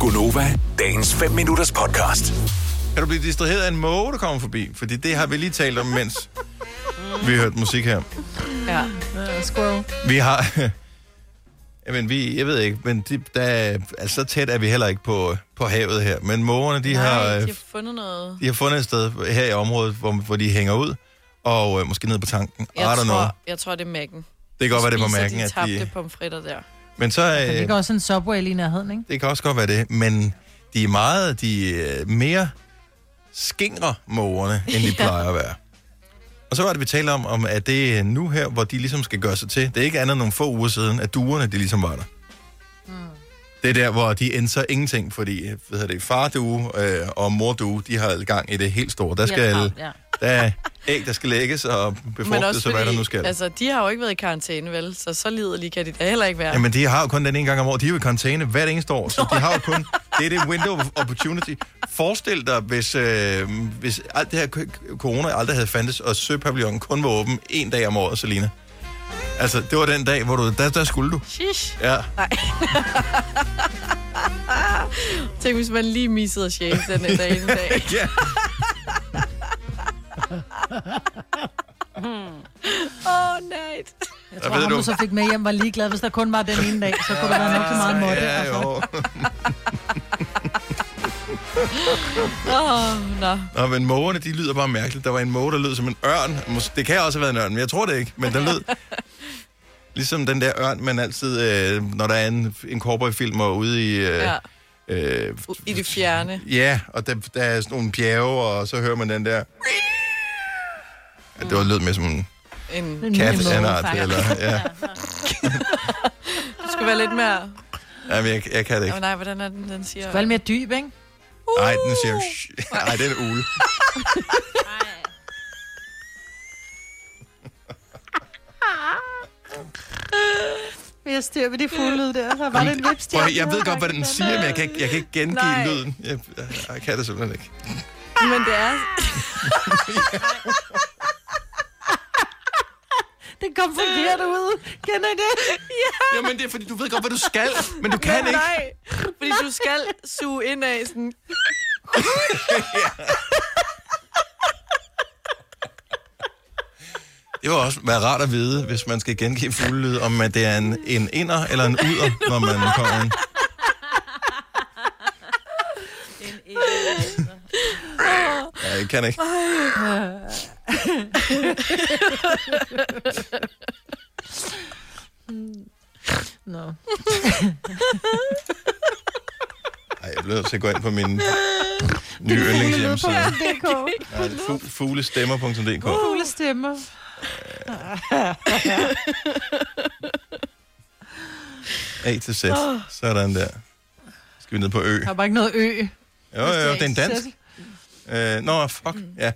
Gunova, dagens 5 minutters podcast. Kan du blive distraheret af en måge, der kommer forbi? Fordi det har vi lige talt om, mens vi hørte musik her. Ja. Øh, Squirrel. Vi har... Jamen, vi, jeg ved ikke, men de, der, altså, så tæt er vi heller ikke på, på havet her. Men mågerne, de, Nej, har, de øh, har fundet noget. de har fundet et sted her i området, hvor, hvor de hænger ud. Og øh, måske ned på tanken. I Jeg don't know. tror, jeg tror, det er mækken. Det kan godt være, det er på mærken, de at tabte de... pomfritter der. Men så, Så det øh, går også en Subway lige i nærheden, ikke? det kan også godt være det. Men de er meget, de er mere skingre mågerne, end de plejer at være. Og så var det, vi talte om, om, at det er nu her, hvor de ligesom skal gøre sig til. Det er ikke andet end nogle få uger siden, at duerne, de ligesom var der. Mm. Det er der, hvor de ændrer ingenting, fordi øh, hvad hedder det, far due øh, og mor due, de har gang i det helt store. Der skal travlt, ja. der er æg, der skal lægges og befrugtes, og hvad der nu skal. altså, de har jo ikke været i karantæne, vel? Så så liderlige kan de da heller ikke være. Jamen, de har jo kun den ene gang om året. De er jo i karantæne hvert eneste år, så de har jo kun... Det er det window of opportunity. Forestil dig, hvis, øh, hvis alt det her k- corona aldrig havde fandtes, og søpavillonen kun var åben en dag om året, Selina. Altså, det var den dag, hvor du... Der, der skulle du. Shish. Ja. Tænk, hvis man lige missede at shave den her dag en dag. Ja. Åh, oh, nej. Jeg Hvad tror, ved ham, du? du så fik med hjem, var ligeglad, hvis der kun var den ene dag, så kunne der være nok så meget måtte. altså. Ja, jo. Åh, nå. Nå, men mågerne, de lyder bare mærkeligt. Der var en måge, der lød som en ørn. Mås- Det kan også have været en ørn, men jeg tror det ikke. Men den lød ligesom den der ørn, man altid, øh, når der er en, en cowboyfilm og ude i... Øh, Ja. øh, I det fjerne. Ja, og der, der er sådan nogle bjerge, og så hører man den der... Ja, det var lød med som en En, En kat lille måge, anart, faktisk. eller... Ja. det skulle være lidt mere... Jamen, jeg, jeg kan det Åh, ikke. nej, hvordan er den, den siger? Valg mere dyb, ikke? Uh. Nej, den siger... "Shh." Nej, det er en ugle. Vil jeg styr ved de fuglede der, så var det en Prøv, at høre, jeg ved godt, hvad den siger, men jeg kan ikke, jeg kan ikke gengive Nej. lyden. Jeg, jeg, jeg kan det simpelthen ikke. Men det er... Det kom forkert ud. Kender I det? Jamen, det er fordi, du ved godt, hvad du skal, men du kan ikke. Nej, fordi du skal suge ind af sådan... Det var også være rart at vide, hvis man skal gengive fuglelyd, om at det er en, en inder eller en uder, når man kommer ind. Ja, jeg kan ikke. Nå. Ej, jeg bliver nødt til at gå ind på min nye Fuglelyd.dk. yndlingshjemmeside. Ja, det er fu- Fuglestemmer.dk. Fuglestemmer. A til Z. Sådan der. Skal vi ned på ø. Der var ikke noget ø. Jo, jo, jo, det er en dansk. Øh, Nå, fuck, ja.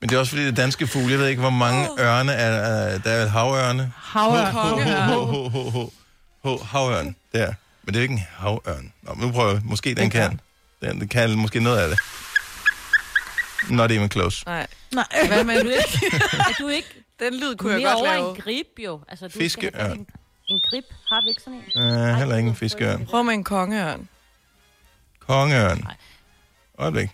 Men det er også fordi, det er danske fugle. Jeg ved ikke, hvor mange ørne er. er- Der er vel havørne. Havørn. Ho, ho, ho, ho, ho, havørn. Der. Men det er jo ikke en havørn. Nå, men nu prøver jeg. Måske den kan. Den, den kan måske noget af det. Not even close. Nej, Nej. hvad med du ikke, er du ikke den lyd kunne jeg mere godt over lave. en grib, jo? Altså, du Fiskeørn. Skal have fat i en, en grib har vi ikke sådan en. Uh, heller ikke en det er fiskeørn. frygteligt. Prøv med en kongeørn. Kongeørn. Nej. Øjeblik.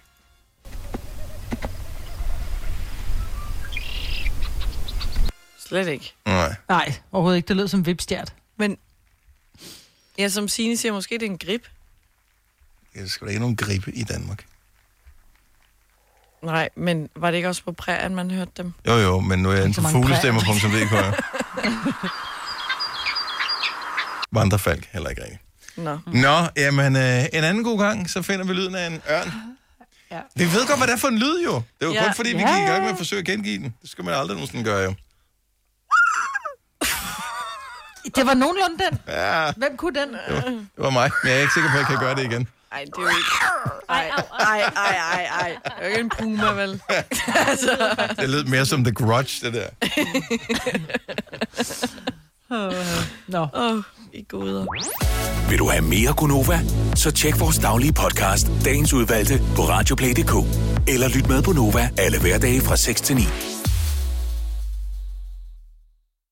Slet ikke. Nej. Nej, overhovedet ikke. Det lød som vipstjert. Men ja, som Signe siger, måske det er en grip. Jeg skal da ikke nogen gribe i Danmark. Nej, men var det ikke også på prærien, man hørte dem? Jo, jo, men nu er jeg inde så på mange fuglestemmer.dk. Vandrefalk, heller ikke rigtigt. Nå. Mm. Nå, jamen, øh, en anden god gang, så finder vi lyden af en ørn. Ja. Vi ved godt, hvad det er for en lyd, jo. Det er jo Ja. kun fordi, vi Ja, gik i gang ja. med at forsøge at gengive den. Det skal man aldrig nogensinde gøre, jo. Det var nogenlunde den. Ja, det Hvem kunne den? var mig, men jeg er ikke sikker på, at jeg kan gøre det igen. Ej, det er jo ikke... Ej, ej, ej, ej, ej. Det er jo ikke en puma, vel? altså, Det lød mere som The Grudge, det der. Nå. åh, oh, i goder. Vil du have mere Gunova? Så tjek vores daglige podcast, dagens udvalgte, på radioplay.dk. Eller lyt med på Nova alle hverdage fra 6 til 9.